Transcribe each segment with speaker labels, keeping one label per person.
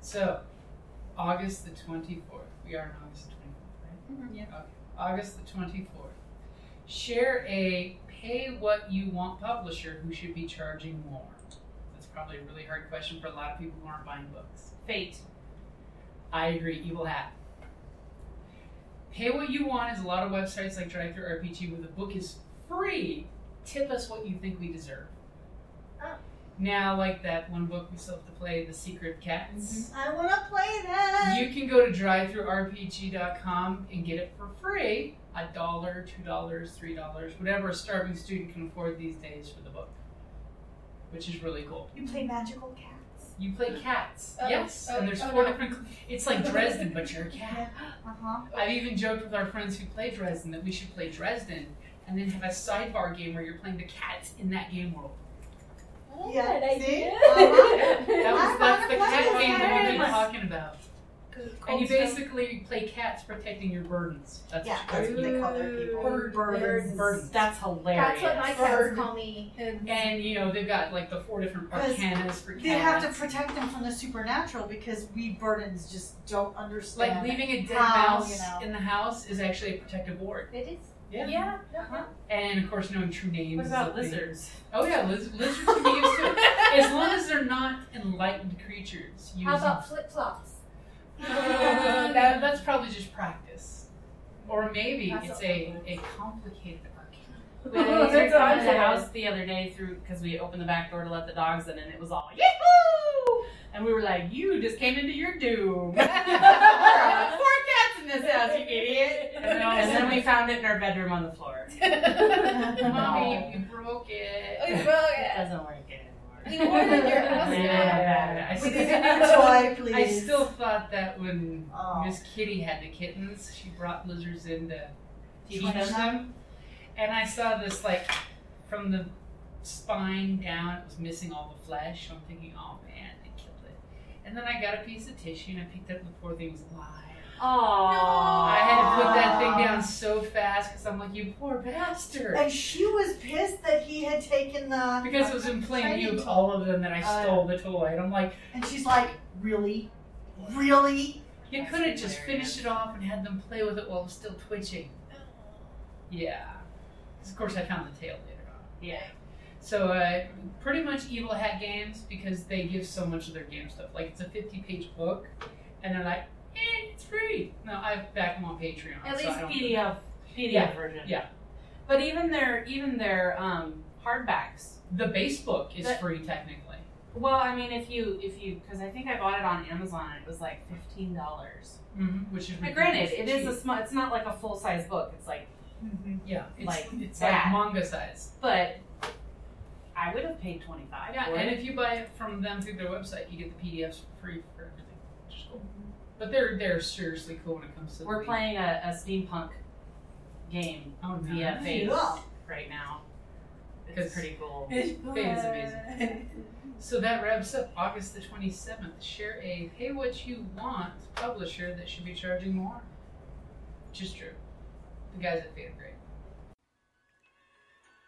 Speaker 1: So, August the 24th. We are in August the 24th, right?
Speaker 2: Yeah.
Speaker 1: Okay, August the 24th. Share a pay what you want publisher who should be charging more. That's probably a really hard question for a lot of people who aren't buying books.
Speaker 2: Fate.
Speaker 1: I agree, evil hat. Pay what you want is a lot of websites like Drive Through RPG where the book is free. Tip us what you think we deserve.
Speaker 3: Oh.
Speaker 1: Now, like that one book we still have to play, The Secret Cats.
Speaker 3: I want to play that.
Speaker 1: You can go to drivethroughrpg.com and get it for free. A dollar, two dollars, three dollars, whatever a starving student can afford these days for the book. Which is really cool.
Speaker 3: You, play magical cats.
Speaker 1: You play cats.
Speaker 3: Oh,
Speaker 1: yes.
Speaker 3: oh,
Speaker 1: and there's
Speaker 3: oh,
Speaker 1: four
Speaker 3: no.
Speaker 1: different it's like Dresden, but you're a cat.
Speaker 3: Uh huh.
Speaker 1: I've even joked with our friends who play Dresden that we should play Dresden and then have a sidebar game where you're playing the cats in that game world.
Speaker 2: Oh,
Speaker 3: Yeah,
Speaker 2: good
Speaker 3: see? Uh-huh.
Speaker 2: idea.
Speaker 1: That
Speaker 3: I
Speaker 1: was
Speaker 3: wanna
Speaker 1: that's the
Speaker 3: play
Speaker 1: cat game that we've been
Speaker 2: cats.
Speaker 1: talking about. And you basically play cats protecting your burdens. That's
Speaker 3: Yeah, that's what they call their people.
Speaker 2: Bird
Speaker 3: Birds.
Speaker 1: birds.
Speaker 2: That's
Speaker 4: That's
Speaker 2: hilarious.
Speaker 4: what my
Speaker 3: Bird.
Speaker 4: cats call me.
Speaker 1: And you know they've got like the four different
Speaker 3: Because
Speaker 1: arcanas for cats.
Speaker 3: They have to protect them from the supernatural because we burdens just don't
Speaker 1: like
Speaker 3: understand.
Speaker 1: leaving a dead
Speaker 3: how,
Speaker 1: mouse
Speaker 3: you know.
Speaker 1: in the house is actually a protective ward.
Speaker 4: It is. uh-huh.
Speaker 1: Yeah.
Speaker 2: Yeah.
Speaker 1: And of course, knowing true names.
Speaker 2: What
Speaker 1: is a
Speaker 2: about
Speaker 1: thing.
Speaker 2: lizards?
Speaker 1: Oh yeah, liz- lizards can be used too. As long as they're not enlightened creatures. Use
Speaker 4: How about flip flops?
Speaker 1: Uh, that, that's probably just practice, or maybe
Speaker 4: That's
Speaker 1: it's
Speaker 4: a-
Speaker 1: a, a complicated arcana.
Speaker 2: When we took dogs to the house the other day through because we opened the back door to let the dogs in, and it was all yahoo! And we were like, "You just came into your doom." Four cats in this house, you idiot! And then, and then we found it in our bedroom on the floor.
Speaker 1: Mommy, you broke
Speaker 4: Oh,
Speaker 1: it.
Speaker 2: It doesn't work anymore.
Speaker 4: We ordered your house
Speaker 1: Yeah,
Speaker 4: now.
Speaker 2: Yeah,
Speaker 1: I still-
Speaker 3: With a new toy, please.
Speaker 1: I still thought that when
Speaker 3: Oh.
Speaker 1: Miss Kitty had the kittens, she brought lizards in to
Speaker 2: Teach
Speaker 1: teach
Speaker 2: them.
Speaker 1: them. And I saw this like from the spine down, it was missing all the flesh. So I'm thinking, oh man, they killed it. And then I got a piece of tissue and I picked up the poor thing was alive.
Speaker 2: Aww.
Speaker 1: I had to put that
Speaker 3: Aw.
Speaker 1: thing down so fast because I'm like, you poor bastard.
Speaker 3: And she was pissed that he had taken the.
Speaker 1: Because it was in plain
Speaker 3: Shiny
Speaker 1: view of
Speaker 3: toy.
Speaker 1: all of them that I
Speaker 3: Oh, yeah.
Speaker 1: stole the toy. And I'm like,
Speaker 3: And she's like, really? Really?
Speaker 1: You
Speaker 2: That's
Speaker 1: could have just
Speaker 2: hilarious. Oh.
Speaker 1: finished it off and had them play with it while it was still twitching. Yeah. 'Cause of course, I found the tail later on.
Speaker 2: Yeah.
Speaker 1: So, uh, pretty much Evil Hat Games because they give so much of their game stuff. Like, it's a 50 page book, and they're like, eh, it's free. No, I back them on Patreon.
Speaker 2: At
Speaker 1: so
Speaker 2: least uh,
Speaker 1: I don't-
Speaker 2: PDF, PDF
Speaker 1: Yeah,
Speaker 2: version.
Speaker 1: yeah.
Speaker 2: But even their even their um, hardbacks.
Speaker 1: The base book is
Speaker 2: But-
Speaker 1: free, technically.
Speaker 2: Well, I mean, if you if you because I think I bought it on Amazon and it was like fifteen dollars.
Speaker 1: hmm Which is
Speaker 2: But granted, it
Speaker 1: ridiculous
Speaker 2: is a
Speaker 1: cheap.
Speaker 2: small. It's not like a full size book. It's like,
Speaker 1: Yeah, it's
Speaker 2: like
Speaker 1: it's
Speaker 2: that.
Speaker 1: like manga size.
Speaker 2: but I would have paid twenty five.
Speaker 1: Yeah, and if you buy it from them through their website, you get the PDFs for free for everything. Which is cool. But they're they're seriously cool when it comes to.
Speaker 2: we're
Speaker 1: the-
Speaker 2: playing a, a steampunk game
Speaker 1: Oh no!
Speaker 2: via Fate
Speaker 3: Wow.
Speaker 2: right now. It's
Speaker 1: It's-
Speaker 2: pretty cool.
Speaker 1: Fate is amazing. so that wraps up August the twenty seventh. Share a pay what you want publisher that should be charging more. Which is true. The guys at Fate are great.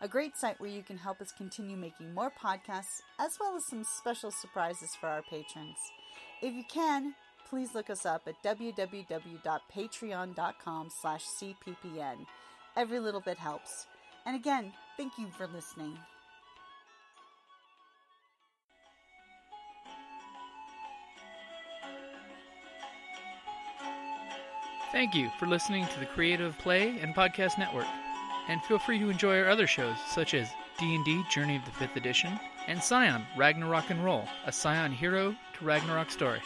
Speaker 5: a great site where you can help us continue making more podcasts, as well as some special surprises for our patrons. If you can, please look us up at www.patreon.com slash cppn. Every little bit helps. And again, thank you for listening.
Speaker 6: Thank you for listening to the Creative Play and Podcast Network. And feel free to enjoy our other shows such as D&D Journey of the 5th Edition and Scion Ragnarok and Roll, a Scion hero to Ragnarok story.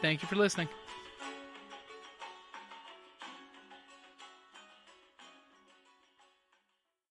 Speaker 6: Thank you for listening.